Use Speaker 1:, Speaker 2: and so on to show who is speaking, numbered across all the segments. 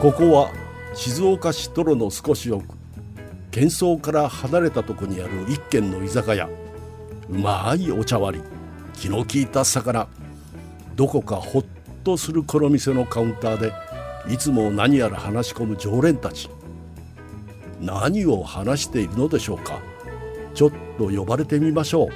Speaker 1: ここは静岡市泥の少し奥喧騒から離れたとこにある一軒の居酒屋うまいお茶割り気の利いた魚どこかほっとするこの店のカウンターでいつも何やら話し込む常連たち何を話しているのでしょうかちょっと呼ばれてみましょう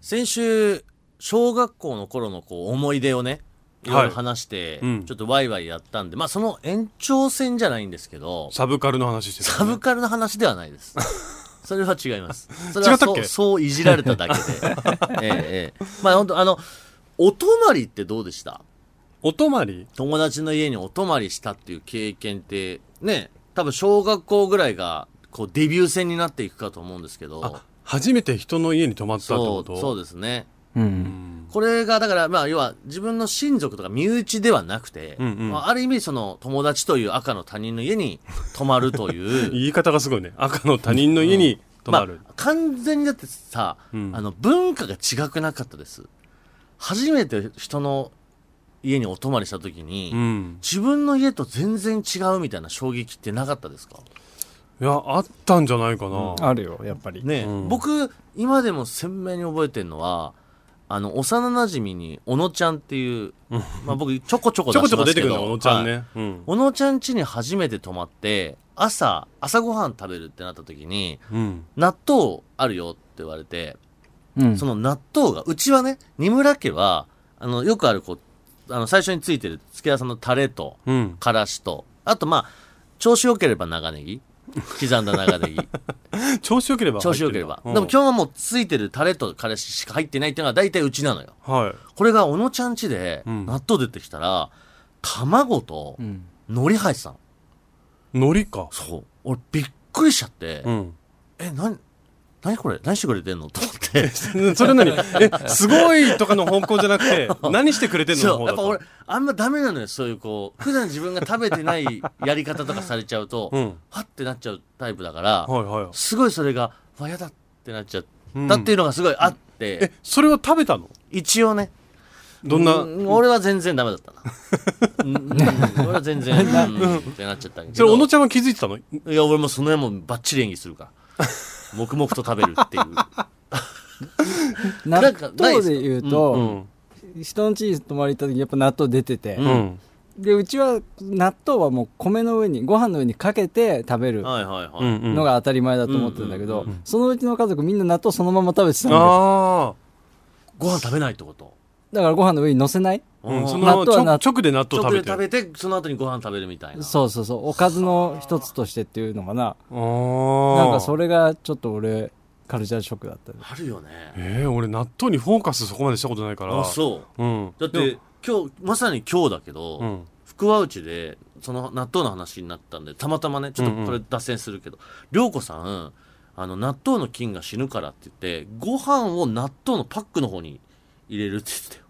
Speaker 2: 先週小学校の頃のこう思い出をねいろいろ話して、
Speaker 3: うん
Speaker 2: ちょっとワイワイやったんでまあその延長戦じゃないんですけど
Speaker 3: サブカルの話してた、
Speaker 2: サブカルの話ではないです それは違いますそれは
Speaker 3: 違った
Speaker 2: そ
Speaker 3: っ
Speaker 2: う
Speaker 3: け
Speaker 2: そういじられただ けでええええまあ本当あのお泊まりってどうでした
Speaker 3: お泊まり
Speaker 2: 友達の家にお泊まりしたっていう経験ってね多分小学校ぐらいがこうデビュー戦になっていくかと思うんですけど
Speaker 3: あ初めて人の家に泊まったって
Speaker 2: そ
Speaker 3: こ
Speaker 2: う
Speaker 3: と
Speaker 2: そう
Speaker 3: う
Speaker 2: ですね
Speaker 4: うん。
Speaker 2: これがだからまあ要は自分の親族とか身内ではなくて、
Speaker 3: うんうん
Speaker 2: まあ、ある意味その友達という赤の他人の家に泊まるという
Speaker 3: 言い方がすごいね赤の他人の家に 泊まる、
Speaker 2: まあ、完全にだってさ、
Speaker 3: うん
Speaker 2: あの文化が違くなかったです初めて人の家にお泊まりした時に、
Speaker 3: うん
Speaker 2: 自分の家と全然違うみたいな衝撃ってなかったですか
Speaker 3: いやあったんじゃないかな、
Speaker 4: あるよ、やっぱり。
Speaker 2: ね、
Speaker 3: うん
Speaker 2: 僕今でも鮮明に覚えてるのはあの幼なじみに小野ちゃんっていう、まあ、僕ちょこちょこ
Speaker 3: ちょ
Speaker 2: 出
Speaker 3: こ
Speaker 2: し
Speaker 3: ち
Speaker 2: てます
Speaker 3: ょこ出
Speaker 2: け
Speaker 3: て
Speaker 2: ど
Speaker 3: くるの小野ちゃんね、
Speaker 2: はい
Speaker 3: うん
Speaker 2: 小野ちゃん家に初めて泊まって朝朝ごはん食べるってなった時に
Speaker 3: うん
Speaker 2: 納豆あるよって言われて
Speaker 4: うん
Speaker 2: その納豆がうちはね二村家はあのよくあるこうあの最初についてる漬け屋さんのタレと
Speaker 3: うん
Speaker 2: からしとあとまあ調子よければ長ネギ刻んだ長ネギ
Speaker 3: 調子よければ
Speaker 2: 調
Speaker 3: 入っ
Speaker 2: 子
Speaker 3: て
Speaker 2: よけ
Speaker 3: る
Speaker 2: れば。で
Speaker 3: う
Speaker 2: も
Speaker 3: ん
Speaker 2: 今日はもうついてるタレと彼氏しか入ってないっていうのは大体うちなのよ。
Speaker 3: はい
Speaker 2: これが小野ちゃん家で
Speaker 3: うん
Speaker 2: 納豆出てきたら、卵と
Speaker 4: うん。
Speaker 2: 海苔入ってたの。
Speaker 3: 海苔か
Speaker 2: そう。俺びっくりしちゃって、
Speaker 3: うん
Speaker 2: え、なに、なにこれ何してくれてんのと思って。
Speaker 3: それ何えすごいとかの方向じゃなくて何してくれてんのの
Speaker 2: そう。
Speaker 3: 方
Speaker 2: や
Speaker 3: だ
Speaker 2: っ
Speaker 3: と
Speaker 2: ぱ俺、あんまダメなのよ。そういうこう、普段自分が食べてないやり方とかされちゃうと、
Speaker 3: うん
Speaker 2: はってなっちゃうタイプだから、
Speaker 3: はいはい
Speaker 2: すごいそれが、わ、やだってなっちゃっ
Speaker 3: うん
Speaker 2: たっていうのがすごいあって、
Speaker 3: えそれを食べたの
Speaker 2: 一応ね、
Speaker 3: どんな、
Speaker 2: う俺は全然ダメだ ったなうんうん俺は全然うんってなっちゃったんやけ
Speaker 3: それ小野
Speaker 2: ど
Speaker 3: ちゃんは気づいてたの
Speaker 2: いや俺もその辺もバッチリ演技するから 黙々と食べるっていうな
Speaker 4: 納
Speaker 2: んかないです
Speaker 4: 豆
Speaker 2: か
Speaker 4: で言う
Speaker 3: う
Speaker 4: と、
Speaker 3: ん
Speaker 4: 人の家に泊まり行った時、やっぱ納豆出てて
Speaker 2: う。
Speaker 3: うん
Speaker 4: で、うちは納豆はもう米の上に、ご飯の上にかけて食べる
Speaker 2: はいはいはい、
Speaker 3: うんうん
Speaker 4: のが当たり前だと思ってるんだけ
Speaker 2: う
Speaker 4: ど
Speaker 2: んうん
Speaker 3: うんうん、
Speaker 4: そのうちの家族みんな納豆そのまま食べてたんだよ
Speaker 3: あ
Speaker 2: ご飯食べないってこと
Speaker 4: だからご飯の上に乗せない
Speaker 3: あ、うん、その
Speaker 4: 納豆は納
Speaker 3: 直直で納豆
Speaker 2: 直
Speaker 3: 食
Speaker 2: で
Speaker 3: べて
Speaker 2: 食べてその後にご飯食べるみたいな
Speaker 4: そうそうそう。おかずの一つとしてっていうのかな。
Speaker 3: ああ
Speaker 4: なんかそれがちょっと俺、カルチャーショックだったね。
Speaker 2: あるよね
Speaker 3: えー、俺納豆にフォーカスそこまでしたことないから、
Speaker 2: あそう
Speaker 3: ん、
Speaker 2: うだっ
Speaker 3: で
Speaker 2: て今日まさに今日だけど、
Speaker 3: もうん、
Speaker 2: 福和内でその納豆の話になったんでたまたまねちょっとこれ脱線するけど涼子、さんあの納豆の菌が死ぬからって言ってご飯を納豆のパックの方に入れるって言ってたよ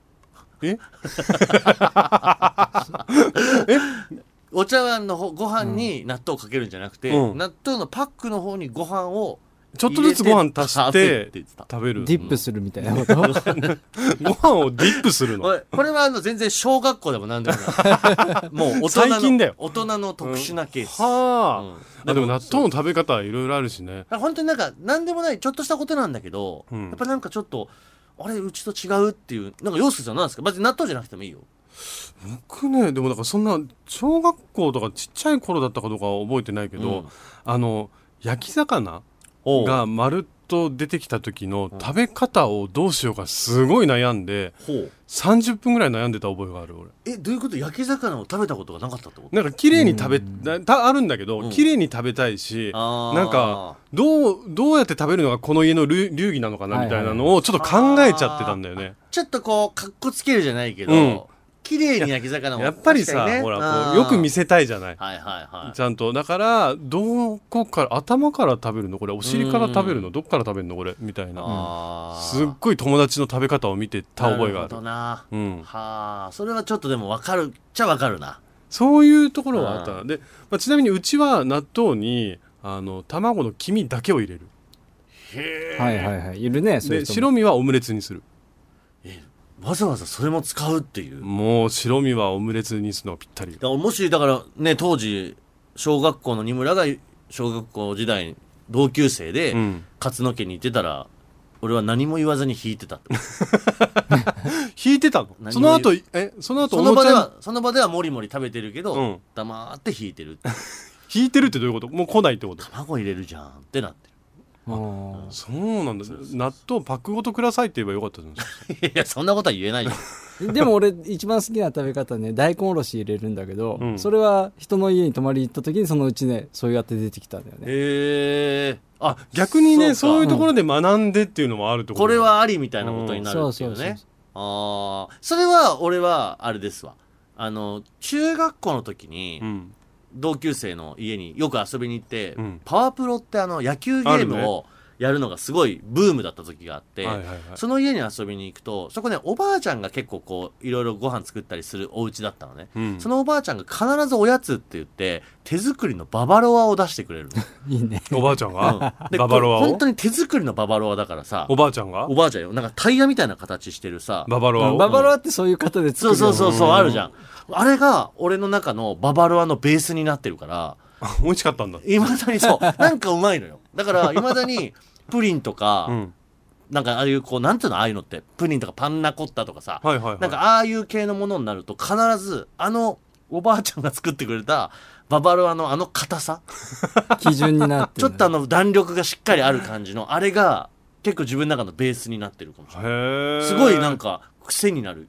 Speaker 3: え
Speaker 2: お茶碗の方ご飯に納豆をかけるんじゃなくて、
Speaker 3: うん
Speaker 2: 納豆のパックの方にご飯を
Speaker 3: ちょっとずつご飯足し
Speaker 2: 入れって
Speaker 3: て
Speaker 2: 言ってた
Speaker 3: 食べる
Speaker 4: ディップするみたいなこ と
Speaker 3: ご飯をディップするの
Speaker 2: おいこれはあの全然小学校でも何でもない もう大人の
Speaker 3: 最近だよ
Speaker 2: 大人の特殊なケース、
Speaker 3: はあ、
Speaker 2: うん
Speaker 3: あでも納豆の食べ方いろいろあるしね
Speaker 2: あ本当になんか何でもないちょっとしたことなんだけど、
Speaker 3: うん
Speaker 2: やっぱなんかちょっとあれうちと違うっていうなんか洋介さんなんですか別に納豆じゃなくてもいいよ
Speaker 3: 僕ねでもなんかそんな小学校とかちっちゃい頃だったかどうかは覚えてないけど、
Speaker 2: うん
Speaker 3: あの焼き魚
Speaker 2: おう
Speaker 3: がまるっと出てきた時の食べ方をどうしようかすごい悩んで
Speaker 2: ほう
Speaker 3: 30分ぐらい悩んでた覚えがある俺
Speaker 2: えどういうこと焼き魚を食べたことがなかったってこと
Speaker 3: なんか綺麗に食べ、なたあるんだけ
Speaker 2: う
Speaker 3: ど
Speaker 2: ん
Speaker 3: 綺麗に食べたいし、
Speaker 2: あー
Speaker 3: なんかどうどうやって食べるのがこの家の流流儀なのかな
Speaker 4: はい
Speaker 3: み
Speaker 4: はい
Speaker 3: たいなのをちょっと考えちゃってたんだよね。
Speaker 2: ちょっとこうかっこつけるじゃないけど、
Speaker 3: うん
Speaker 2: 綺麗に焼き魚を
Speaker 3: やっぱりさ、
Speaker 2: 確かにね
Speaker 3: ほ
Speaker 2: あ
Speaker 3: ら
Speaker 2: ー
Speaker 3: こうよく見せたいじゃない。
Speaker 2: はいはいはい
Speaker 3: ちゃんとだからどこから頭から食べるのこれお尻から食べるのどっから食べるのこれみたいな
Speaker 2: あー
Speaker 3: すっごい友達の食べ方を見てた覚
Speaker 2: な
Speaker 3: えがあ
Speaker 2: るほ
Speaker 3: る
Speaker 2: どな
Speaker 3: うん、
Speaker 2: はあそれはちょっとでも分かるっちゃ分かるな
Speaker 3: そういうところはあった
Speaker 2: う
Speaker 3: なで、まあ、ちなみにうちは納豆にあの卵の黄身だけを入れる
Speaker 4: はいはいはい。いるね、そういう
Speaker 3: で
Speaker 4: 人も。
Speaker 3: 白身はオムレツにする
Speaker 2: わざわざそれも使うっていう。
Speaker 3: もう白身はオムレツにするのはぴったり
Speaker 2: だからもしだからね当時小学校の二村が小学校時代同級生で、
Speaker 3: うん
Speaker 2: 勝野家にいてたら俺は何も言わずに引いてたって
Speaker 3: 引いてたの
Speaker 2: 何
Speaker 3: その
Speaker 2: も
Speaker 3: 後えその
Speaker 2: そ
Speaker 3: 後お
Speaker 2: の
Speaker 3: も
Speaker 2: 場
Speaker 3: ち
Speaker 2: で
Speaker 3: ゃに
Speaker 2: はその場ではもりもり食べてるけど、
Speaker 3: うん
Speaker 2: 黙って引いてる
Speaker 3: 引いてるってどういうこともう来ないってこと
Speaker 2: 卵入れるじゃんってなって
Speaker 4: うん
Speaker 3: そうなんだ納豆パックごとくださいって言えばよかったじゃん
Speaker 2: るいやそんなことは言えない よ
Speaker 4: でも俺一番好きな食べ方ね大根おろし入れるんだけど、
Speaker 3: うん
Speaker 4: それは人の家に泊まりに行った時にそのうちねそうやって出てきたんだよね
Speaker 2: へえあ
Speaker 3: 逆にねそういう
Speaker 2: と
Speaker 3: ところで学んでっていうのもあるってこと
Speaker 2: これ
Speaker 3: だ
Speaker 2: はありみたいなことになるっていう
Speaker 4: うんそうそうそう
Speaker 2: ね
Speaker 4: そ
Speaker 2: ああそれは俺はあれですわあの中学校の時に、
Speaker 3: うん
Speaker 2: 同級生の家によく遊びに行って、
Speaker 3: うん
Speaker 2: パワープロってあの野球ゲームをやるのがすごいブームだった時があって、
Speaker 3: はいはいはい
Speaker 2: その家に遊びに行くとそこねおばあちゃんが結構こういろいろご飯作ったりするお家だったのね、
Speaker 3: うん
Speaker 2: そのおばあちゃんが必ずおやつって言って手作りのババロアを出してくれる
Speaker 4: いいね
Speaker 3: おばあちゃん
Speaker 2: の、
Speaker 3: が
Speaker 2: うんで
Speaker 3: ババロア
Speaker 2: これ本
Speaker 3: を
Speaker 2: 当に手作りのババロアだからさ
Speaker 3: おばあちゃんが
Speaker 2: おばあちゃんよなんかタイヤみたいな形してるさ
Speaker 3: ババロア
Speaker 4: バ
Speaker 3: を
Speaker 4: バロアってそういう方で作
Speaker 2: そう
Speaker 4: る
Speaker 2: そうそうそう
Speaker 3: うん
Speaker 2: あるじゃんあれが俺の中のババロアのベースになってるから
Speaker 3: 美味しかったんだ
Speaker 2: いまだに そうなんかうまいのよだからいまだにプリンとか、
Speaker 3: うん
Speaker 2: なんかああいうこうなんていうのああいうのってプリンとかパンナコッタとかさ、
Speaker 3: はいはいはい
Speaker 2: なんかああいう系のものになると必ずあのおばあちゃんが作ってくれたババロアのあの硬さ
Speaker 4: 基準になって
Speaker 2: ちょ
Speaker 4: る
Speaker 2: っとあの弾力がしっかりある感じのあれが結構自分の中のベースになってるかもしれない
Speaker 3: へえ
Speaker 2: すごいなんか癖になる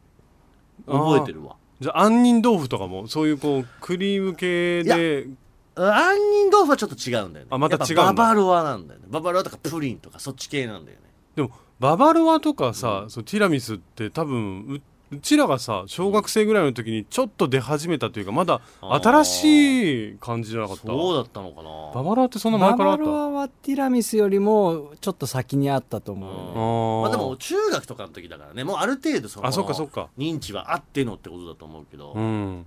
Speaker 2: 覚えてるわ
Speaker 3: じゃあ杏仁豆腐とかもそういうこうクリーム系で
Speaker 2: うん杏仁豆腐はちょっと違うんだよね
Speaker 3: あまた
Speaker 2: やっぱ
Speaker 3: 違うんだ
Speaker 2: ババロアなんだよねババロアとかプリンとかそっち系なんだよね
Speaker 3: でもババロアとかさ、そうティラミスって多分ううちらがさ小学生ぐらいの時にちょっと出始めたというかまだ新しい感じじゃなかった
Speaker 2: そうだったのかな
Speaker 3: ババロアってそんな前
Speaker 4: バ
Speaker 3: からあ
Speaker 4: バ
Speaker 3: った
Speaker 4: ロ
Speaker 3: あ
Speaker 4: アはティラミスよりもちょっと先にあったと思うよね、
Speaker 3: ー
Speaker 2: まあでも中学とかの時だからねもうある程度その
Speaker 3: あそっかそっか
Speaker 2: 認知はあってのってことだと思うけど、
Speaker 3: う
Speaker 2: う
Speaker 3: ん
Speaker 2: ん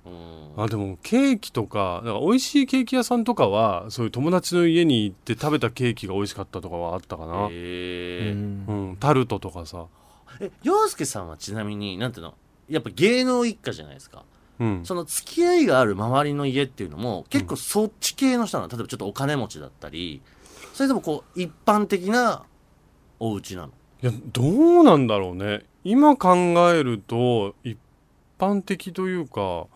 Speaker 3: あでもケーキとかなんか美味しいケーキ屋さんとかはそういう友達の家に行って食べたケーキが美味しかったとかはあったかな、
Speaker 2: へー
Speaker 3: うん、タルトとかさ、
Speaker 2: え洋介さんはちなみになんていうのやっぱ芸能一家じゃないですか
Speaker 3: うん、
Speaker 2: その付き合いがある周りの家っていうのも結構そっち系の人なの例えばちょっとお金持ちだったりそれともこう一般的なお家なの
Speaker 3: いやどうなんだろうね今考えると一般的というか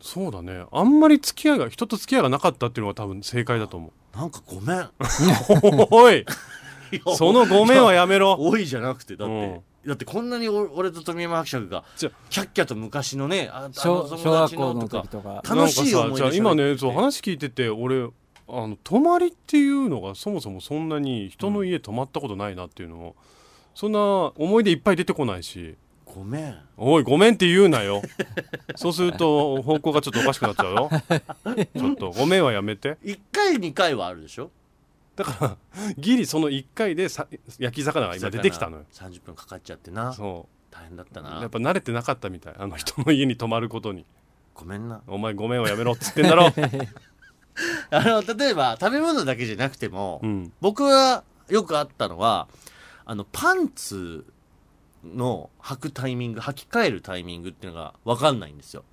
Speaker 3: そうだねあんまり付き合いが人と付き合いがなかったっていうのが多分正解だ と思う
Speaker 2: なんかごめ ん
Speaker 3: お
Speaker 2: い
Speaker 3: い
Speaker 2: や
Speaker 3: そのごめんはやめろ
Speaker 2: 多いじゃなくてだって、だってこんなにお俺と富山伯爵がキ
Speaker 3: じ
Speaker 2: ャ
Speaker 3: ゃ
Speaker 2: ッキャと昔のねああの
Speaker 4: 小
Speaker 2: 友達
Speaker 4: 小学校の
Speaker 2: とか
Speaker 4: 時とか
Speaker 2: 楽しい
Speaker 3: なん
Speaker 2: 思い
Speaker 3: かさじゃ
Speaker 2: 出
Speaker 3: あ今
Speaker 2: 喋
Speaker 3: ね
Speaker 2: って
Speaker 3: そう話聞いてて俺あの泊まりっていうのがそもそもそんなに人の家泊まったことないなっていうのも、そんな思い出いっぱい出てこないし
Speaker 2: ごめん
Speaker 3: おいごめんって言うなよそうすると方向がちょっとおかしくなっちゃうよちょっとごめんはやめて
Speaker 2: 1回2回はあるでしょ
Speaker 3: ギリその1回でさ焼き魚が今出てきたのよ
Speaker 2: 魚30分かかっちゃってな
Speaker 3: そ
Speaker 2: 大変だった
Speaker 3: う
Speaker 2: な
Speaker 3: やっぱ慣れてなかったみたいあの人の家に泊まることに
Speaker 2: ごめんな
Speaker 3: お前ごめんはやめろっつってんだろ、
Speaker 2: あの例えば食べ物だけじゃなくても、
Speaker 3: うん、
Speaker 2: 僕はよくあったのはあのパンツの履くタイミング履き替えるタイミングっていうのが分かんないんですよ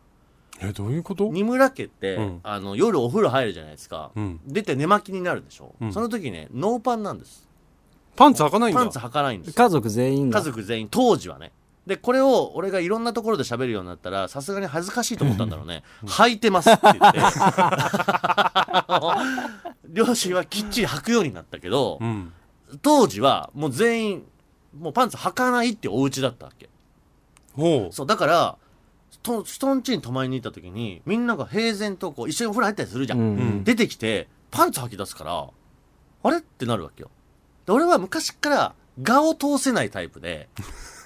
Speaker 3: えどういうこと
Speaker 2: 二村家って、
Speaker 3: うん
Speaker 2: あの夜お風呂入るじゃないですか、
Speaker 3: うん
Speaker 2: 出て寝巻きになるでしょ、
Speaker 3: うん
Speaker 2: その時ねノーパンなんです
Speaker 3: パンツ開かないんだ
Speaker 2: パンツ履かないんですよ
Speaker 4: 家族全員が
Speaker 2: 家族全員当時はねでこれを俺がいろんなところで喋るようになったらさすがに恥ずかしいと思ったんだろうね「履いてます」って言って 両親はきっちり履くようになったけど
Speaker 3: うん
Speaker 2: 当時はもう全員もうパンツ履かないってお家だったわけ
Speaker 3: ほう
Speaker 2: そうだからと人ん家に泊まりに行った時にみんなが平然とこう一緒にお風呂入ったりするじゃん、
Speaker 4: うん
Speaker 3: うん
Speaker 2: 出てきてパンツ履き出すからあれってなるわけよで俺は昔から画を通せないタイプ で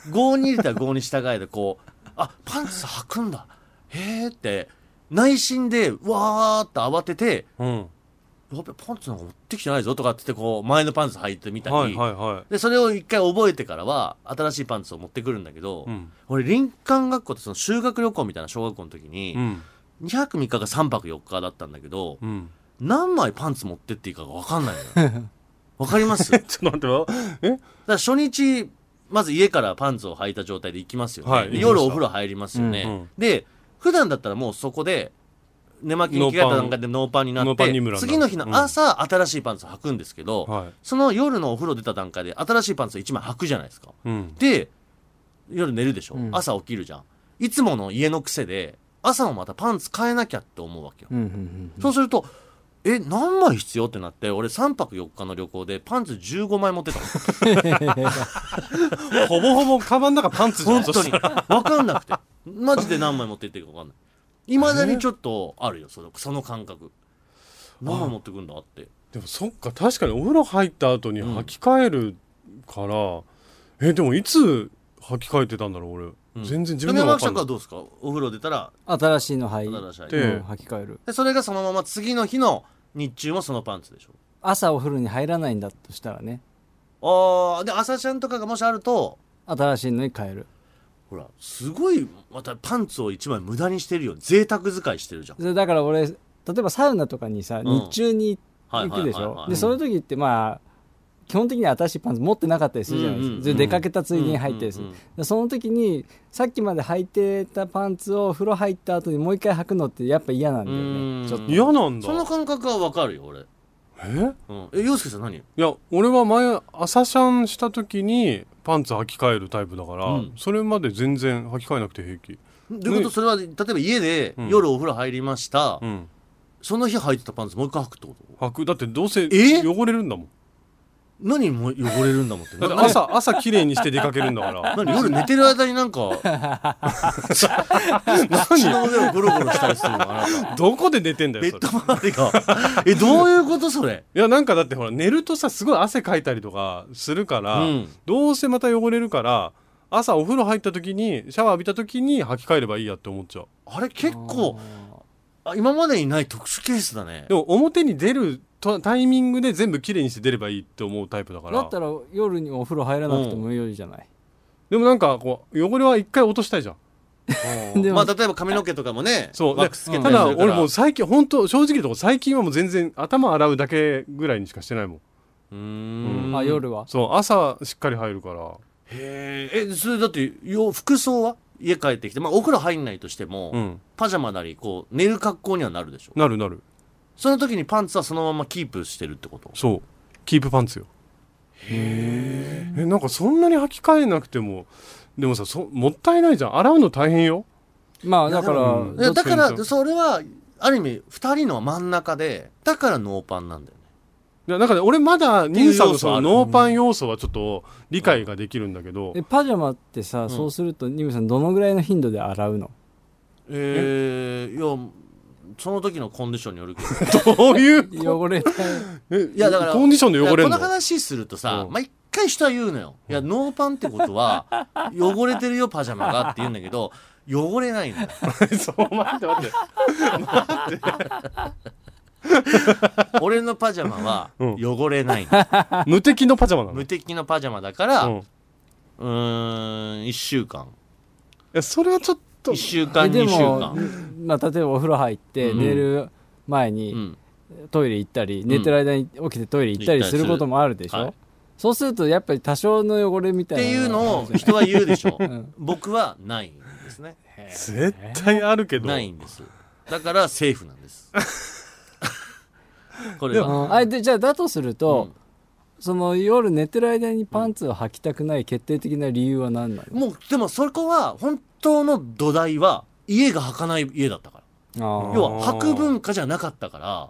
Speaker 2: 5に入れたら5に従えでこうあパンツ履くんだへえって内心でわーっと慌てて
Speaker 3: うん
Speaker 2: やべパンツなんか持ってきてないぞとかって言ってこう前のパンツ履いてみたり、
Speaker 3: はいはいは
Speaker 2: でそれを一回覚えてからは新しいパンツを持ってくるんだけど、
Speaker 3: いうん
Speaker 2: 俺林間学校ってその修学旅行みたいな小学校の時
Speaker 3: う
Speaker 2: に、
Speaker 3: ん
Speaker 2: 2泊3日が3泊4日だったんだけど、
Speaker 3: うん
Speaker 2: 何枚パンツ持って っていいかが分かんないのよわかりますだか
Speaker 3: ちょっと待ってよえ
Speaker 2: ら初日まず家からパンツを履いた状態で行きますよね、
Speaker 3: はい
Speaker 2: で夜お風呂入りますよね、
Speaker 3: うんうん
Speaker 2: で普段だったらもうそこで寝巻きに着替えた段階でノーパンにな
Speaker 3: ノ
Speaker 2: っ
Speaker 3: ーパン
Speaker 2: て
Speaker 3: にムラになる
Speaker 2: 次の日の朝、新しいパンツを履くんですけど、
Speaker 3: は
Speaker 2: その夜のお風呂出た段階で新しいパンツを1枚履くじゃないですか
Speaker 3: い。うん。
Speaker 2: で夜寝るでしょ、
Speaker 4: うん
Speaker 2: 朝起きるじゃんいつもの家の癖で朝もまたパンツ変えなきゃって思うわけよ、
Speaker 4: うんうん
Speaker 2: そうするとえ何枚必要ってなって俺3泊4日の旅行でパンツ15枚持って たの
Speaker 3: ほぼほぼカバンの中パンツじゃん
Speaker 2: 本当 に。分かんなくてマジで何枚持っていっていいか分かんないいまだにちょっとあるよそのその感覚何枚持ってくんだって
Speaker 3: でもそっか、確かにお風呂入った後に履き替えるから、え、でもいつ履き替えてたんだろう、俺。
Speaker 2: うん
Speaker 3: 全然自分でも
Speaker 2: 山
Speaker 3: わ
Speaker 2: 口
Speaker 3: か
Speaker 2: さん
Speaker 3: んな。
Speaker 2: はいどうですかお風呂出たら
Speaker 4: 新しいの履い
Speaker 2: 新しい
Speaker 3: で
Speaker 4: うん履き替える
Speaker 2: でそれがそのまま次の日の日中もそのパンツでしょ
Speaker 4: 朝お風呂に入らないんだとしたらね
Speaker 2: ああで朝シャンとかがもしあると
Speaker 4: 新しいのに変える
Speaker 2: ほらすごいまたパンツを1枚無駄にしてるよ贅沢使いしてるじゃん
Speaker 4: でだから俺例えばサウナとかにさ
Speaker 2: ん
Speaker 4: 日中に
Speaker 2: はい
Speaker 4: 行
Speaker 2: はいは
Speaker 4: く
Speaker 2: い
Speaker 4: で
Speaker 2: はい
Speaker 4: しょでその時ってまあ基本的には新しいパンツ持ってなかったりするじゃないです
Speaker 2: うんうん
Speaker 4: かで出かけたついでに入ったりする
Speaker 2: うんうんうん
Speaker 4: でその時にさっきまで履いてたパンツを風呂入った後にもう一回履くのってやっぱ嫌なんだよ
Speaker 2: うん
Speaker 4: ねちょっと
Speaker 3: 嫌なんだ。
Speaker 2: その感覚は分かるよ俺、
Speaker 3: え
Speaker 2: うん、え洋介さん何
Speaker 3: いや、俺は前、朝シャンした時にパンツ履き替えるタイプだから、
Speaker 2: うん
Speaker 3: それまで全然履き替えなくて平気。
Speaker 2: ということそれは例えば家で
Speaker 3: うん
Speaker 2: 夜お風呂入りました、
Speaker 3: うん。
Speaker 2: その日履いてたパンツもう一回履くってこと
Speaker 3: 履く。だってどうせ
Speaker 2: え
Speaker 3: 汚れるんだもん。
Speaker 2: 何もう汚れるんだもんって
Speaker 3: だって朝、朝綺麗にして出かけるんだから。
Speaker 2: 何夜寝てる間になん か足
Speaker 3: 何
Speaker 2: の上をゴロゴロしたりするのあなた
Speaker 3: どこで寝てんだ
Speaker 2: ベ
Speaker 3: よ、そ
Speaker 2: ッ
Speaker 3: れ
Speaker 2: ド。周りがえどういうことそれ
Speaker 3: いやなんかだってほら寝るとさすごい汗かいたりとかするから、
Speaker 2: うん
Speaker 3: どうせまた汚れるから朝お風呂入った時にシャワー浴びた時に履き替えればいいやって思っちゃう
Speaker 2: あれ結構あ今までにない特殊ケースだね
Speaker 3: でも表に出るとタイミングで全部綺麗にして出ればいいって思うタイプだか
Speaker 4: だ
Speaker 3: ら
Speaker 4: ったら夜にお風呂入らなくてもいいじゃない
Speaker 3: でもなんかこう汚れは一回落としたいじゃん
Speaker 2: うん
Speaker 4: でも
Speaker 2: まあ例えば髪の毛とかもね
Speaker 3: そう
Speaker 2: ワックスつけた
Speaker 3: でた
Speaker 2: り
Speaker 3: だ
Speaker 2: するから
Speaker 3: 俺もう最近本当正直言うとこ最近はもう全然頭洗うだけぐらいにしかしてないもん
Speaker 2: うーん
Speaker 4: あ夜は
Speaker 3: そう朝しっかり入るから
Speaker 2: へーえそれだってよ服装は家帰ってきて、まあ、お風呂入んないとしても、
Speaker 3: うん
Speaker 2: パジャマなりこう寝る格好にはなるでしょ
Speaker 3: なるなる
Speaker 2: その時にパンツはそのままキープしてるってこと
Speaker 3: そうキープパンツよへえなんかそんなに履き替えなくてもでもさそもったいないじゃん洗うの大変よ
Speaker 4: まあだか
Speaker 2: い
Speaker 3: や
Speaker 4: ら
Speaker 3: でも
Speaker 2: いや
Speaker 4: どっ
Speaker 2: だ
Speaker 4: ち
Speaker 2: か
Speaker 3: どっちにしろ
Speaker 2: らそれはある意味2人の真ん中でだからノーパンなんだよね
Speaker 3: いやなんかね俺まだ兄さんの
Speaker 2: っていう要
Speaker 3: その
Speaker 2: 素はある
Speaker 3: ノーパン要素はちょっと理解ができるんだけど、
Speaker 4: えパジャマってさ、
Speaker 2: ん
Speaker 4: そうするとニムさんどのぐらいの頻度で洗うの
Speaker 2: えー、いやその時のコンディションによるけど
Speaker 3: どういう
Speaker 4: 汚れたい
Speaker 3: え
Speaker 2: いやだから
Speaker 3: コンディションで汚れ
Speaker 2: いや
Speaker 3: る
Speaker 2: この
Speaker 3: の
Speaker 2: 話するとさ
Speaker 3: うん
Speaker 2: 毎回人は言うのよいやノーパンってことは汚れてるよパジャマがって言うんだけど汚れないのよ
Speaker 3: そう待って待って
Speaker 2: 俺のパジャマは
Speaker 3: うん
Speaker 2: 汚れないの、
Speaker 3: 無敵のパジャマなの
Speaker 2: 無敵のパジャマだから
Speaker 3: うん
Speaker 2: う
Speaker 3: い
Speaker 2: ーん1週間
Speaker 3: やそれはちょっと
Speaker 2: 1週間
Speaker 4: えで
Speaker 2: 2週
Speaker 4: も
Speaker 2: 間、
Speaker 4: まあ、例えばお風呂入って
Speaker 2: うん
Speaker 4: 寝る前
Speaker 2: う
Speaker 4: に
Speaker 2: ん、
Speaker 4: トイレ行ったり、寝てる間に起きてトイレ行ったりすることもあるでしょ、
Speaker 2: はい
Speaker 4: そうするとやっぱり多少の汚れみた
Speaker 2: っ
Speaker 4: いな
Speaker 2: ていう
Speaker 4: が
Speaker 2: のを人は言うでしょ、
Speaker 4: ん
Speaker 2: 僕はないんですね
Speaker 3: 絶対あるけど
Speaker 2: ないんですだからセーフなんです これは
Speaker 4: うんあでじゃあだとすると、
Speaker 2: うん
Speaker 4: その夜寝てる間にパンツを履きたくない決定的な理由は何なの、
Speaker 2: もうでもそこは本当の土台は家が履かない家だったから
Speaker 4: あー
Speaker 2: 要は履く文化じゃなかったから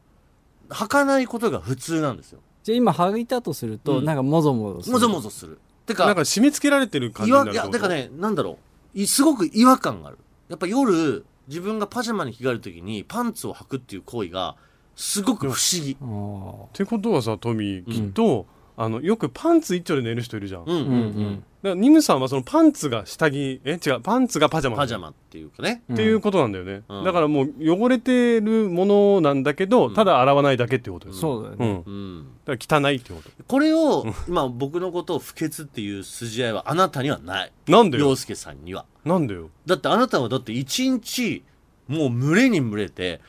Speaker 2: 履かないことが普通なんですよ
Speaker 4: じゃあ今履いたとすると、
Speaker 2: うん
Speaker 4: なんかもぞもぞする
Speaker 2: もぞもぞするて
Speaker 3: なん
Speaker 2: か
Speaker 3: か締め付けられてる感じ
Speaker 2: 違
Speaker 3: になる
Speaker 2: 和
Speaker 3: っ
Speaker 2: い
Speaker 3: てこ
Speaker 2: や
Speaker 3: と
Speaker 2: だからねなんだろういすごく違和感があるやっぱ夜自分がパジャマに着替える時にパンツを履くっていう行為がすごく不思議
Speaker 4: あー
Speaker 3: ってことはさトミーきっと、あのよくパンツ一丁で寝る人いるじゃん、だか
Speaker 2: うんうんうん
Speaker 3: らニムさんはそのパンツが下着え違うパンツがパジャマ
Speaker 2: パジャマっていうかね
Speaker 3: っていうことなんだよね、
Speaker 2: うん
Speaker 3: だからもう汚れてるものなんだけど、
Speaker 2: ん
Speaker 3: ただ洗わないだけってことよね
Speaker 4: そうだよ
Speaker 3: う
Speaker 4: ね、
Speaker 3: ん、
Speaker 2: うん
Speaker 3: だから汚いってこ
Speaker 2: これを今僕のことを不潔っていう筋合いはあなたにはない
Speaker 3: となんでよ
Speaker 2: 洋介さんには
Speaker 3: なんでよ
Speaker 2: だってあなたはだって一日もう群れに群れて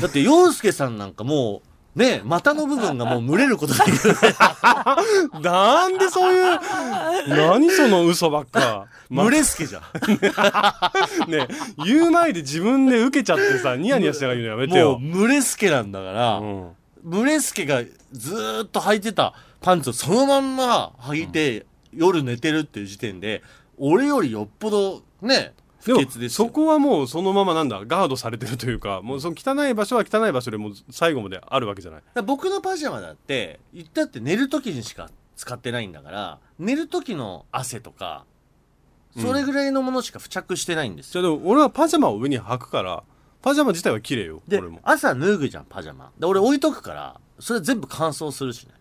Speaker 2: だって洋介さんなんかもうね股の部分がもう蒸れることでき る
Speaker 3: なんでそういう何その嘘ばっか、ま
Speaker 2: 蒸れすけじゃん
Speaker 3: ね言う前で自分で受けちゃってさニヤニヤしながら言うのやめて
Speaker 2: も
Speaker 3: よ
Speaker 2: う、蒸れすけなんだから、
Speaker 3: うん
Speaker 2: ムレスケがずーっと履いてたパンツをそのまんま履いて、夜寝てるっていう時点で、俺よりよっぽどね、
Speaker 3: で
Speaker 2: 不
Speaker 3: も
Speaker 2: 潔です
Speaker 3: そ
Speaker 2: よ。
Speaker 3: こはもうそのままなんだガードされてるというかもうその汚い場所は汚い場所でもう最後まであるわけじゃない
Speaker 2: だから僕のパジャマだって、言ったって寝る時にしか使ってないんだから、寝る時の汗とか、それぐらいのものしか付着してないんです
Speaker 3: じ
Speaker 2: よ。
Speaker 3: ゃあでも俺はパジャマを上に履くからパジャマ自体は綺麗よ
Speaker 2: で
Speaker 3: 俺も、
Speaker 2: 朝脱ぐじゃん、パジャマ。で、俺置いとくから、それ全部乾燥するしね。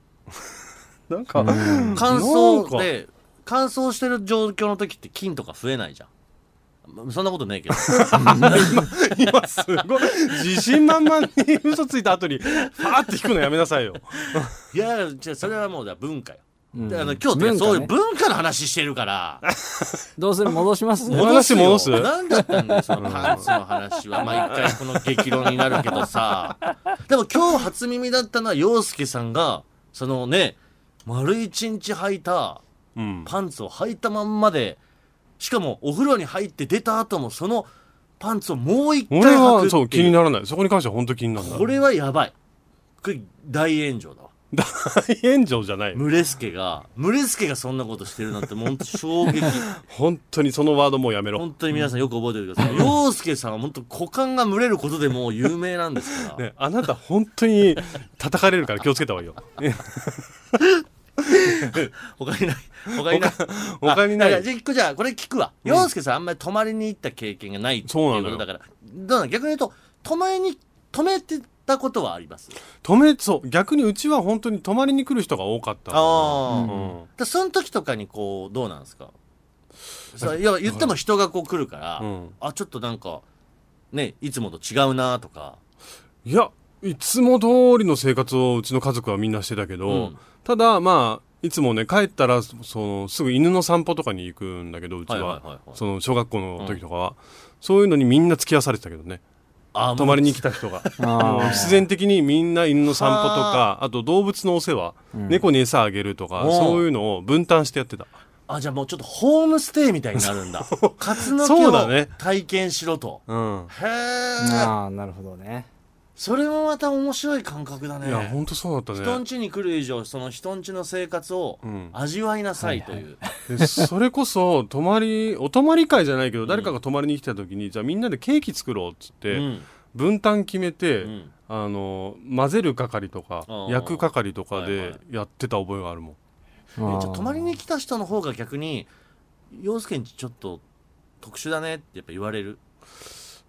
Speaker 3: なんか
Speaker 2: 乾
Speaker 3: なんか
Speaker 2: 燥で、乾燥してる状況の時って菌とか増えないじゃん。まそんなこと ないけど。
Speaker 3: 今すごい自信満々に嘘ついた後にファーって引くのやめなさいよ
Speaker 2: いや、じゃあそれはもうだから文化よ。
Speaker 4: うん
Speaker 2: であの今日って
Speaker 4: 文化ね
Speaker 2: そういう文化の話してるから、
Speaker 4: どうする戻します
Speaker 3: 戻すよ戻す
Speaker 2: 何だったんだよ、そのパンツの話は。毎回この激論になるけどさ。でも今日初耳だったのは、洋介さんが、そのね、丸一日履いた
Speaker 3: うん
Speaker 2: パンツを履いたまんまで、しかもお風呂に入って出た後もそのパンツをもう一回履くっ
Speaker 3: 俺
Speaker 2: てい
Speaker 3: はそう気にならないそこに関しては本当気にならない
Speaker 2: これはやばい。これ大炎上だわ。
Speaker 3: 大炎上じゃない
Speaker 2: ムレスケが、ムレスケがそんなことしてるなんて、もう本当衝撃。
Speaker 3: 本当にそのワードもうやめろ、
Speaker 2: 本当に皆さんよく覚えておいてください。洋介さんは本当股間が蒸れることでもう有名なんですから。
Speaker 3: ね、あなた本当に叩かれるから気をつけた方がい いよ
Speaker 2: 他にない。他にない。
Speaker 3: 他他にない
Speaker 2: あだからじゃあ一個じゃあこれ聞くわ。洋介さんあんまり泊まりに行った経験がないって
Speaker 3: そう
Speaker 2: い
Speaker 3: な
Speaker 2: う
Speaker 3: の
Speaker 2: こ
Speaker 3: よ
Speaker 2: とだから。だから逆に言うと、泊まりに、泊めてたことはあります。
Speaker 3: 止めそう逆にうちは本当に泊まりに来る人が多かったか
Speaker 2: あ
Speaker 3: ら
Speaker 2: あ。
Speaker 3: うん
Speaker 2: だその時とかにこう、どうなんですかそう要は言っても人がこう来るから、
Speaker 3: うん
Speaker 2: あ、ちょっとなんか、ね、いつもと違うなとか。
Speaker 3: いやいつも通りの生活をうちの家族はみんなしてたけど、
Speaker 2: うん
Speaker 3: ただまあいつもね帰ったらそそのすぐ犬の散歩とかに行くんだけどうちは,、
Speaker 2: はいはいはいはい
Speaker 3: その小学校の時とかは、そういうのにみんな付き合わされてたけどね
Speaker 2: あ
Speaker 3: 泊まりに来た人が
Speaker 4: あー
Speaker 3: 必然的にみんな犬の散歩とかあと動物のお世話、猫に餌あげるとか
Speaker 2: おう
Speaker 3: そういうのを分担してやってた
Speaker 2: あ、じゃあもうちょっとホームステイみたいになるんだ。カツノキ
Speaker 3: そう
Speaker 2: を
Speaker 3: だね
Speaker 2: 体験しろと。
Speaker 3: うん
Speaker 2: へえ。
Speaker 4: ああなるほどね
Speaker 2: それもまた面白い感覚だね。
Speaker 3: いや本当そうだった
Speaker 2: 人ん
Speaker 3: ね
Speaker 2: 家に来る以上、その人ん家の生活を
Speaker 3: うん
Speaker 2: 味わいなさいという。
Speaker 3: でそれこそ泊まりお泊まり会じゃないけど誰かが泊まりに来た時に、じゃあみんなでケーキ作ろうっつって、
Speaker 2: うん
Speaker 3: 分担決めて、
Speaker 2: うん
Speaker 3: あの混ぜる係とか
Speaker 2: あー
Speaker 3: 焼く係とか
Speaker 2: はい
Speaker 3: で
Speaker 2: はい
Speaker 3: やってた覚えがあるもん、
Speaker 4: じ
Speaker 2: えじゃあ泊まりに来た人の方が逆に、洋介んちちょっと特殊だねってやっぱ言われる。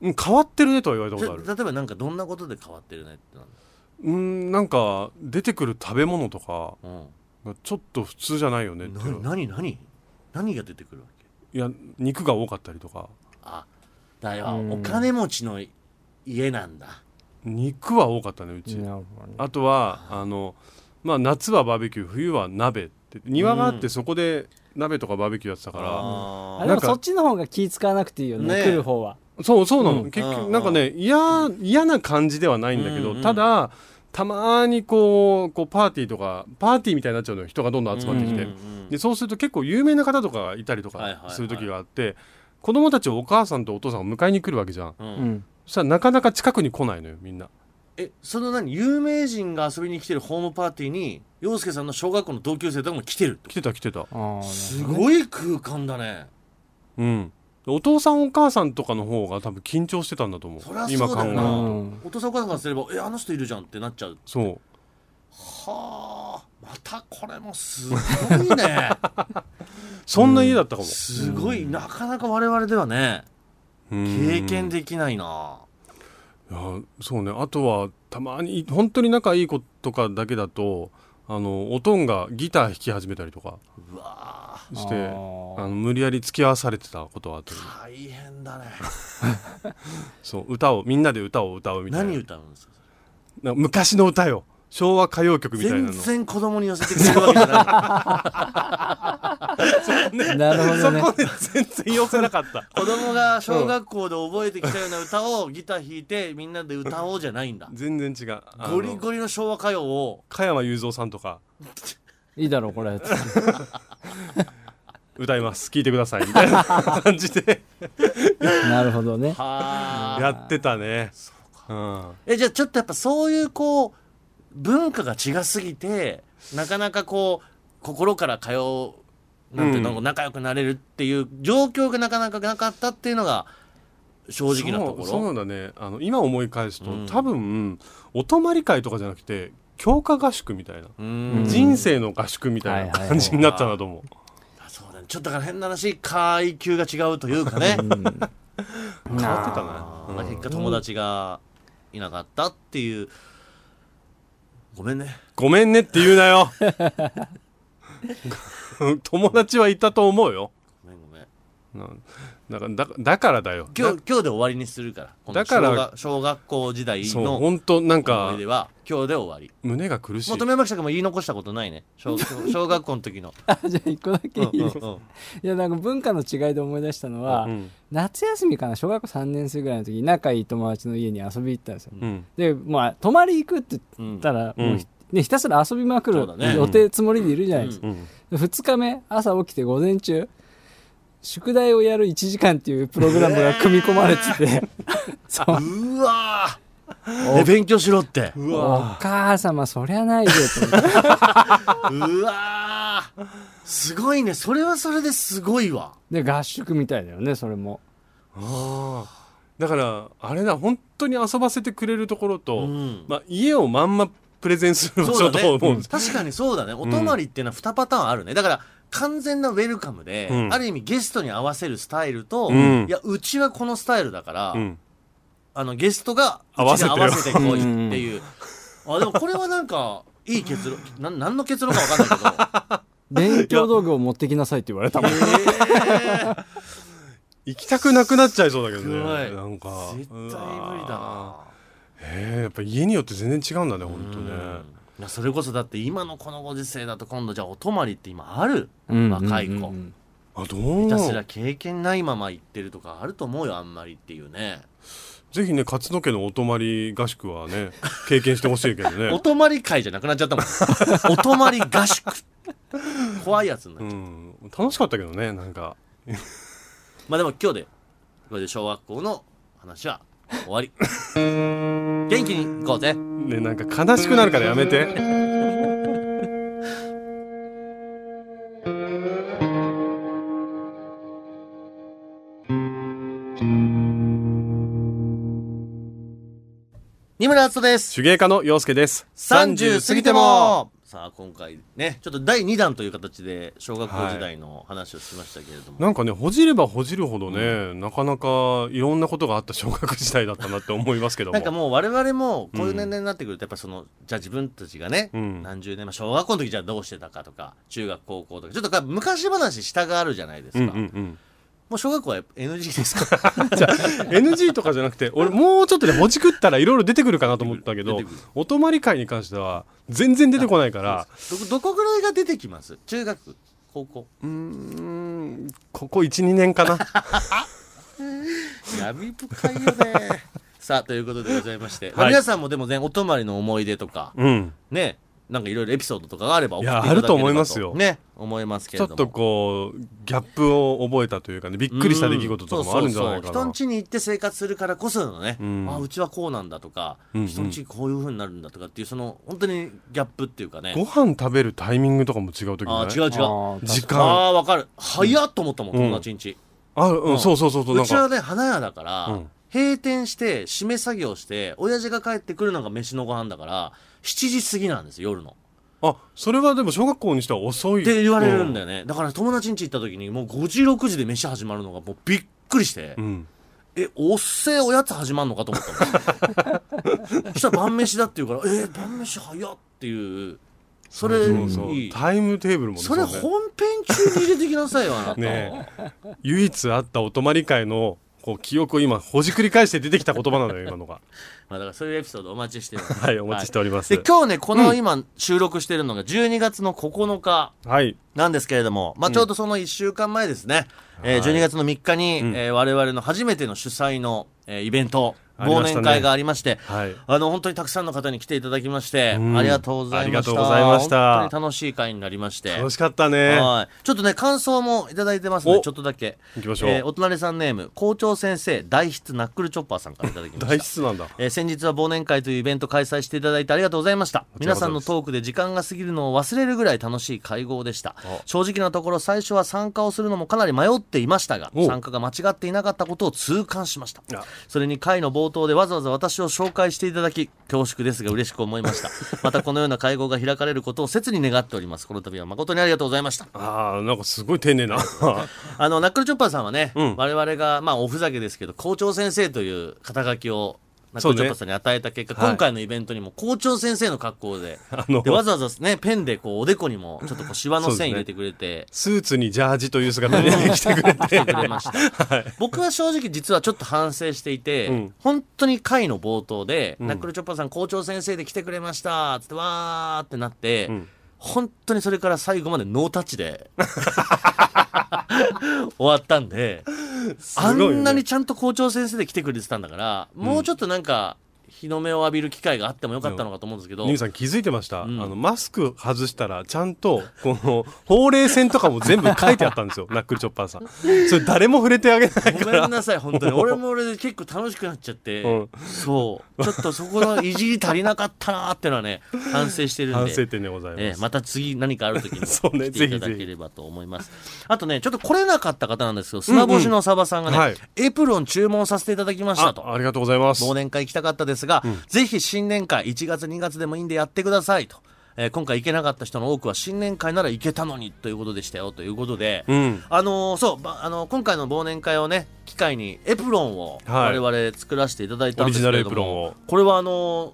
Speaker 3: うん、変わってるねとは言われた
Speaker 2: じ
Speaker 3: こ
Speaker 2: ゃ
Speaker 3: とある
Speaker 2: 例えばなんかどんなことで変わってるねってなる
Speaker 3: うんなんか出てくる食べ物とか
Speaker 2: の
Speaker 3: がちょっと普通じゃないよねっていう
Speaker 2: うん。な、なになに何が出てくるわけ
Speaker 3: いや肉が多かったりとか
Speaker 2: あ、だよ、
Speaker 4: うん
Speaker 2: お金持ちの家なんだ。
Speaker 3: 肉は多かったねうち、
Speaker 4: なるほどね
Speaker 3: あとはあの、まあ、夏はバーベキュー冬は鍋って庭があっ
Speaker 2: う
Speaker 3: て
Speaker 2: ん
Speaker 3: そこで鍋とかバーベキューやってたから、
Speaker 2: あ
Speaker 4: あ
Speaker 2: ー
Speaker 4: で
Speaker 3: なん
Speaker 4: も
Speaker 3: か
Speaker 4: そっちの方が気使わなくていいよね
Speaker 2: ねえ
Speaker 4: 来る方は
Speaker 3: そうそうなの、
Speaker 4: うん
Speaker 3: 結
Speaker 2: うんう
Speaker 3: 局
Speaker 2: ん
Speaker 3: なんかね嫌嫌な感じではないんだけど、
Speaker 2: うんうん
Speaker 3: ただたまにこうこうパーティーとかパーティーみたいになっちゃうのよ人がどんどん集まってき
Speaker 2: うん
Speaker 3: て、
Speaker 2: うんうん
Speaker 3: でそうすると結構有名な方とかがいたりと
Speaker 2: はいはい
Speaker 3: か
Speaker 2: はい
Speaker 3: する時があって、子供たちをお母さんとお父さんが迎えに来るわけじゃん
Speaker 2: う
Speaker 4: うんん
Speaker 3: そしたらなかなか近くに来ないのよみんな
Speaker 2: えその何有名人が遊びに来てるホームパーティーに洋介さんの小学校の同級生とかも来てるってこ
Speaker 3: 来てた来てた
Speaker 4: あー
Speaker 2: とすごい空間だね
Speaker 3: うんお父さんお母さんとかの方が多分緊張してたんだと思う
Speaker 2: そりゃそ
Speaker 3: 今
Speaker 2: う
Speaker 3: 考
Speaker 2: だ
Speaker 3: え
Speaker 2: よ
Speaker 3: る
Speaker 4: 今
Speaker 2: な、
Speaker 4: 考
Speaker 3: と
Speaker 4: える
Speaker 2: お父さんお母さんからすれば「えあの人いるじゃん」ってなっちゃう
Speaker 3: そう
Speaker 2: はあまたこれもすごい ね
Speaker 3: そんな家だったかも、
Speaker 2: すごいなかなか我々ではね経
Speaker 3: うん
Speaker 2: 験できないない
Speaker 3: やそうねあとはたまに本当に仲いい子とかだけだとあのおとんがギター弾き始めたりとか
Speaker 2: うわあ
Speaker 3: してあ
Speaker 4: あー
Speaker 3: の無理やり付き合わされてたことはあって
Speaker 2: 大変だね
Speaker 3: そう歌をみんなで歌を歌うみたいな
Speaker 2: 何歌うんですか
Speaker 3: な昔の歌よ昭和歌謡曲みたいな
Speaker 2: 全
Speaker 3: の
Speaker 2: 然子供に寄せてくれるわけじゃない
Speaker 4: なるほどね
Speaker 3: そこで全然寄せなかった。
Speaker 2: 子供が小学校で覚えてきたような歌をギター弾いてみんなで歌おうじゃないんだ
Speaker 3: 全然違う。あの
Speaker 2: ゴリゴリの昭和歌謡を
Speaker 3: 加山雄三さんとか
Speaker 4: いいだろうこれ
Speaker 3: 歌います。聞いてくださいみたいな感じで
Speaker 4: なるほどね
Speaker 2: は
Speaker 3: やってたね。うん。
Speaker 2: えじゃあちょっとやっぱそういうこう文化が違すぎてなかなかこう心から通うなんていうの、
Speaker 3: うん
Speaker 2: 仲良くなれるっていう状況がなかなかなかったっていうのが正直なところ
Speaker 3: そうそうだねあの今思い返すと、
Speaker 2: うん
Speaker 3: 多分お泊まり会とかじゃなくて強化合宿みたいな、
Speaker 2: うーん
Speaker 3: 人生の合宿みたいな
Speaker 4: はいはいはい
Speaker 3: 感じになったなと思う、
Speaker 2: あそうだねちょっとだから変な話階級が違うというかね
Speaker 3: 変わってた
Speaker 2: あ
Speaker 3: な
Speaker 2: ー、結果友達がいなかったっていうごめんね
Speaker 3: ごめんねって言うなよ 友達はいたと思うよ
Speaker 2: ごめんごめん
Speaker 3: うんだからだだからだよ
Speaker 2: 今日今日で終わりにするからこの
Speaker 3: だから
Speaker 2: 小学小学校時代
Speaker 3: そう
Speaker 2: の
Speaker 3: 本当なん
Speaker 2: 思
Speaker 3: か
Speaker 2: い出は今日で終わり
Speaker 3: 胸が苦しい
Speaker 2: もう富山記者君も言い残したことないね小 小学校の時の、
Speaker 4: じゃあ一個だけいい
Speaker 2: うんう
Speaker 4: ですか
Speaker 2: ん
Speaker 4: いやなんか文化の違いで思い出したのは、
Speaker 3: うん
Speaker 4: 夏休みかな小学校3年生ぐらいの時に仲いい友達の家に遊び行ったんですよ
Speaker 3: うん
Speaker 4: でまあ泊まり行くって
Speaker 2: うん
Speaker 4: 言ったら、
Speaker 3: うん
Speaker 4: もうひね、ひたすら遊びまく
Speaker 2: そ
Speaker 4: る
Speaker 2: うだね
Speaker 4: 予定つもりでいるじゃないですか、
Speaker 3: うん
Speaker 4: 2日目朝起きて午前中宿題をやる1時間っていうプログラムが組み込まれてて、そう
Speaker 2: うわーえ勉強しろって
Speaker 3: う
Speaker 4: お
Speaker 3: わ
Speaker 4: 母様そりゃないでと思って
Speaker 2: うわーすごいねそれはそれですごいわ
Speaker 4: で合宿みたいだよねそれも
Speaker 3: あーだからあれだ本当に遊ばせてくれるところと、
Speaker 2: うん
Speaker 3: まあ、家をまんまプレゼンする 場
Speaker 2: そ
Speaker 3: 所
Speaker 2: うだ
Speaker 3: と
Speaker 2: ね、
Speaker 3: 思う
Speaker 2: う
Speaker 3: ん
Speaker 2: ん
Speaker 3: です、
Speaker 2: 確かにそうだねお泊まりっていうのは2パターンあるねだから完全なウェルカムで、
Speaker 3: うん
Speaker 2: ある意味ゲストに合わせるスタイルと、
Speaker 3: うん
Speaker 2: いやうちはこのスタイルだから、
Speaker 3: うん
Speaker 2: あのゲストが
Speaker 3: 合わせてよ
Speaker 2: うちに合わせてこいっていうあでもこれはなんかいい結論な何の結論か分かんない
Speaker 4: 勉強道具を持ってきなさいって言われたもん
Speaker 3: 行きたくなくなっちゃいそうだけ
Speaker 2: け
Speaker 3: ど
Speaker 2: ど
Speaker 3: ね
Speaker 2: すごい
Speaker 3: なんか
Speaker 2: 絶対無理だ
Speaker 3: うわ
Speaker 2: な
Speaker 3: ーへえやっぱ家によって全然違うんだね本当
Speaker 2: うん
Speaker 3: ね
Speaker 2: いやそれこそだって今のこのご時世だと今度じゃあお泊まりって今ある、
Speaker 4: うん
Speaker 2: 若い子、
Speaker 4: うんうん
Speaker 3: あどう
Speaker 2: ひたすら経験ないまま行ってるとかあると思うよあんまりっていうね
Speaker 3: ぜひね勝野家のお泊まり合宿はね経験してほしいけど
Speaker 2: お
Speaker 3: ね、
Speaker 2: 泊まり会じゃなくなっちゃったもん お泊まり合宿怖いやつにな
Speaker 3: う
Speaker 2: っちゃう、
Speaker 3: ん、楽しかったけどねなんか
Speaker 2: まあでも今日でこれで小学校の話は終わり 元気に行こうぜ
Speaker 3: ねなんか悲しくなるからやめて。
Speaker 2: 二村敦です
Speaker 3: 手芸家の陽介です。
Speaker 2: 30過ぎてもさあ今回ねちょっと第2弾という形で小学校時代の話をしましたけれども、
Speaker 3: なんかねほじればほじるほどね、なかなかいろんなことがあった小学時代だったなって思いますけども
Speaker 2: なんかもう我々もこういう年齢になってくるとやっぱその、じゃあ自分たちがね、
Speaker 3: うん
Speaker 2: 何十年前小学校の時じゃあどうしてたかとか中学高校とかちょっとか昔話したがあるじゃないです
Speaker 3: うん
Speaker 2: か、
Speaker 3: うんうん
Speaker 2: もう小学校はやっぱ NG です から
Speaker 3: NG とかじゃなくて俺もうちょっとでほじくったらいろいろ出てくるかなと思ったけど
Speaker 2: 出てくる
Speaker 3: お泊まり会に関しては全然出てこないから
Speaker 2: どどこぐらいが出てきます中学高校
Speaker 3: うーんここ12年かな
Speaker 2: 闇深い よねさあということでございまして、まあ
Speaker 3: はい
Speaker 2: 皆さんもでもねお泊まりの思い出とか
Speaker 3: うん
Speaker 2: ねなんかいろいろエピソードとかがあれば送っていた
Speaker 3: い
Speaker 2: だ
Speaker 3: や
Speaker 2: ければ
Speaker 3: あると思いますよ
Speaker 2: ね思いますけ
Speaker 3: ちょ
Speaker 2: れ
Speaker 3: っ
Speaker 2: ども
Speaker 3: とこうギャップを覚えたというかねびっくりした出来事とかもあるんじゃないか
Speaker 2: そうそうそう人。
Speaker 3: なん
Speaker 2: 家に行って生活するからこそのね、
Speaker 3: うん
Speaker 2: あうちはこうなんだとか、
Speaker 3: うんうん
Speaker 2: 人ん家こういう風になるんだとかっていうその本当にギャップっていうかね
Speaker 3: ご飯食べるタイミングとかも違う時
Speaker 2: あ
Speaker 3: ない
Speaker 2: ー違う違う
Speaker 4: あー
Speaker 3: 時間
Speaker 2: あーわかる早っと思ったもん、
Speaker 3: うん
Speaker 2: 友達ん家、
Speaker 3: あうんそうそうそうそう
Speaker 2: う
Speaker 3: なん
Speaker 2: ちは
Speaker 3: か
Speaker 2: ね花屋だから、
Speaker 3: うん
Speaker 2: 閉店して締め作業して親父が帰ってくるのが飯のご飯だから7時過ぎなんですよ夜の
Speaker 3: あそれはでも小学校にしては遅い
Speaker 2: って言われるんだよね、だから友達ん家行った時にもう5時6時で飯始まるのがもうびっくりして、
Speaker 3: うん
Speaker 2: えおっせえおやつ始まんのかと思ったのそしたら晩飯だって言うからえー晩飯早っっていうそれいい
Speaker 3: そうそうタイムテーブルもね
Speaker 2: それ
Speaker 3: そうね
Speaker 2: 本編中に入れてきなさいよあなた、
Speaker 3: ね唯一あったお泊まり会のここう記憶を今ほじくり返して出てきた言葉なの よ今のが
Speaker 2: まあ、だからそういうエピソードお待ちしてます。
Speaker 3: はいお待ちしております
Speaker 2: で、今日ね、この今収録してるのが12月の9日
Speaker 3: はい
Speaker 2: なんですけれども、まあ、ちょうどその1週間前ですね、えー12月の3日に、
Speaker 3: ん
Speaker 2: えー我々の初めての主催の、えーイベント、
Speaker 3: ありま
Speaker 2: 忘
Speaker 3: したね
Speaker 2: 年会がありまして、
Speaker 3: はい
Speaker 2: あの、本当にたくさんの方に来ていただきまして、
Speaker 3: うん
Speaker 2: ありがとうございました。
Speaker 3: ありがとうございました
Speaker 2: 本当に楽しい会になりまして。
Speaker 3: 楽しかったね
Speaker 2: はい。ちょっとね、感想もいただいてますので、
Speaker 3: お
Speaker 2: ちょっとだけ。
Speaker 3: 行きましょう
Speaker 2: えーお隣さんネーム、校長先生、大筆ナックルチョッパーさんからいただきました。
Speaker 3: 大質なんだ
Speaker 2: えー先日は忘年会というイベント開催していただいてありがとうございました
Speaker 3: ち
Speaker 2: 皆
Speaker 3: らこ
Speaker 2: さ
Speaker 3: そです
Speaker 2: んのトークで時間が過ぎるのを忘れるぐらい楽しい会合でした正直なところ最初は参加をするのもかなり迷っていましたが
Speaker 3: お
Speaker 2: 参加が間違っていなかったことを痛感しました
Speaker 3: あ
Speaker 2: それに会の冒頭でわざわざ私を紹介していただき恐縮ですが嬉しく思いましたまたこのような会合が開かれることを切に願っておりますこの度は誠にありがとうございました
Speaker 3: あーなんかすごい丁寧な
Speaker 2: あのナックルチョッパーさんはね、
Speaker 3: うん
Speaker 2: 我々が、まあ、おふざけですけど校長先生という肩書きをナックルチョッパーさんに与えた結果、
Speaker 3: そうね
Speaker 2: 今回のイベントにも校長先生の格好で
Speaker 3: あの
Speaker 2: でわざわざ、ね、ペンでこうおでこにもちょっとこうシワの線入れてくれて。
Speaker 3: スーツにジャージという姿で来てくれて
Speaker 2: 来 てくれました僕は正直実はちょっと反省していて、
Speaker 3: うん
Speaker 2: 本当に会の冒頭で、
Speaker 3: ん
Speaker 2: ナックルチョッパーさん校長先生で来てくれましたつってわーってなって、
Speaker 3: ん
Speaker 2: 本当にそれから最後までノータッチ で終わったんで、あ
Speaker 3: ごいよね
Speaker 2: んなにちゃんと校長先生で来てくれてたんだから、もうちょっとなんか日の目を浴びる機会があってもよかったのかと思うんですけど、
Speaker 3: ニムさん気づいてまし
Speaker 2: ん
Speaker 3: た、あのマスク外したらちゃんとこのほうれい線とかも全部書いてあったん ですよナックルチョッパーさんそれ誰も触れてあげ ない
Speaker 2: ご
Speaker 3: か
Speaker 2: め
Speaker 3: ら
Speaker 2: んなさい、 本当に。俺も俺で結構楽しくなっちゃって、
Speaker 3: う
Speaker 2: そう。ちょっとそこのいじり足りなかったなーっていうのは ね、反省してるんで。
Speaker 3: 反省点でございます、
Speaker 2: ええまた次何かある時に
Speaker 3: そうね
Speaker 2: 来ていただければと思います、あとねちょっと来れなかった方なんですけど砂越しのサバさんがね、
Speaker 3: うんはい
Speaker 2: エプロン注文させていただきましたと
Speaker 3: あありがとうございます
Speaker 2: 忘年会行きたかったですが、ぜひ新年会1月2月でもいいんでやってくださいと、えー今回行けなかった人の多くは新年会なら行けたのにということでしたよということで、
Speaker 3: うん
Speaker 2: あのーそう、ばあのー今回の忘年会をね機会にエプロンを
Speaker 3: は
Speaker 2: 我
Speaker 3: い
Speaker 2: 々作らせていただいたんですけれども、
Speaker 3: オリジナルエプロンを
Speaker 2: これはあのー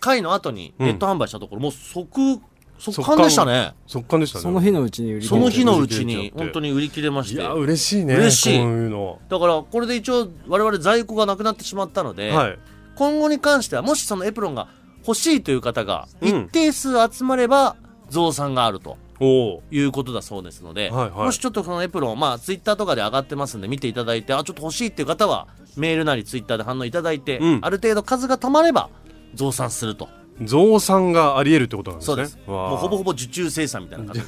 Speaker 2: 会の後に
Speaker 3: うん
Speaker 2: ネット販売したところ、もう即即完でしたね
Speaker 3: 速乾でしたね
Speaker 4: その日のうちに売り切
Speaker 2: そ
Speaker 4: れ
Speaker 2: の
Speaker 4: て
Speaker 2: 日
Speaker 4: る
Speaker 2: のうち
Speaker 3: 売り切れ
Speaker 2: に
Speaker 3: ちゃって
Speaker 2: 本当に売り切れまし
Speaker 3: い
Speaker 2: て
Speaker 3: や嬉しいね
Speaker 2: 嬉しい
Speaker 3: こういうの
Speaker 2: だからこれで一応我々在庫がなくなってしまったので、
Speaker 3: はい
Speaker 2: 今後に関してはもしそのエプロンが欲しいという方が
Speaker 3: うん
Speaker 2: 一定数集まれば増産があると
Speaker 3: おお
Speaker 2: いうことだそうですので、
Speaker 3: はいはい
Speaker 2: もしちょっとそのエプロンまあツイッターとかで上がってますんで見ていただいてあちょっと欲しいっていう方はメールなりツイッターで反応いただいて、
Speaker 3: うん
Speaker 2: ある程度数がたまれば増産すると
Speaker 3: 増産があり得るってことなんです
Speaker 2: そう
Speaker 3: ね
Speaker 2: ですもうほぼほぼ受注生産みたいな感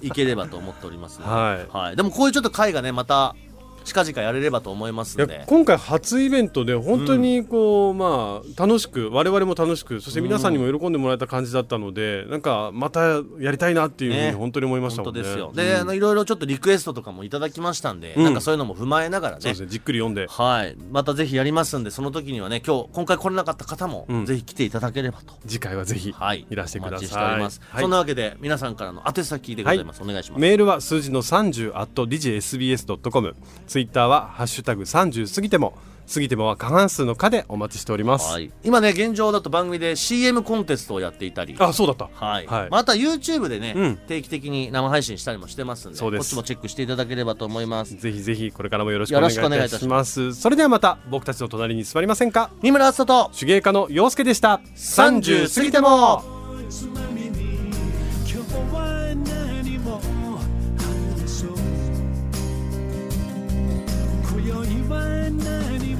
Speaker 2: じ でいければと思っておりますので、
Speaker 3: はい
Speaker 2: でもこういうちょっと会がねまた近々やれればと思います
Speaker 3: い
Speaker 2: の
Speaker 3: や
Speaker 2: で
Speaker 3: 今回初イベントで本当にこう、まあ楽しく我々も楽しくそして皆さんにも喜んでもらえた感じだったので、なんかまたやりたいなっていうふうに
Speaker 2: ね
Speaker 3: 本当に思いました
Speaker 2: 本
Speaker 3: も
Speaker 2: 当
Speaker 3: んね。
Speaker 2: ですよ、であのいろいろちょっとリクエストとかもいただきましたんで、
Speaker 3: ん
Speaker 2: なんかそういうのも踏まえながら
Speaker 3: そう
Speaker 2: ね
Speaker 3: ですねじっくり読んで
Speaker 2: はいまたぜひやりますんでその時にはね今日今回来れなかった方も、
Speaker 3: うん
Speaker 2: ぜひ来ていただければと
Speaker 3: 次回はぜひ
Speaker 2: はい
Speaker 3: いらしてくだ
Speaker 2: お待ちして
Speaker 3: さ
Speaker 2: お
Speaker 3: い。
Speaker 2: ります、
Speaker 3: はい
Speaker 2: そんなわけで皆さんからの宛先でございます、お願いします
Speaker 3: メールは数字の30 at digsbs.com ツイッターは「ハッシュタグ #30 過ぎても」過ぎてもは過半数の「か」でお待ちしております、
Speaker 2: はい今ね現状だと番組で CM コンテストをやっていたり
Speaker 3: あそうだった
Speaker 2: はい
Speaker 3: はい
Speaker 2: また YouTube でね、
Speaker 3: うん
Speaker 2: 定期的に生配信したりもしてますんで
Speaker 3: そうです
Speaker 2: こっちもチェックしていただければと思います
Speaker 3: ぜひぜひこれからもよろしくお願いい
Speaker 2: よろしくお願
Speaker 3: た
Speaker 2: いいた
Speaker 3: し
Speaker 2: し
Speaker 3: ますそれではまた僕たちの隣に座りませんか
Speaker 2: 三村篤人と
Speaker 3: 手芸家の陽介でした
Speaker 2: 30過ぎても
Speaker 5: つまみに今日は何も話そう今宵は何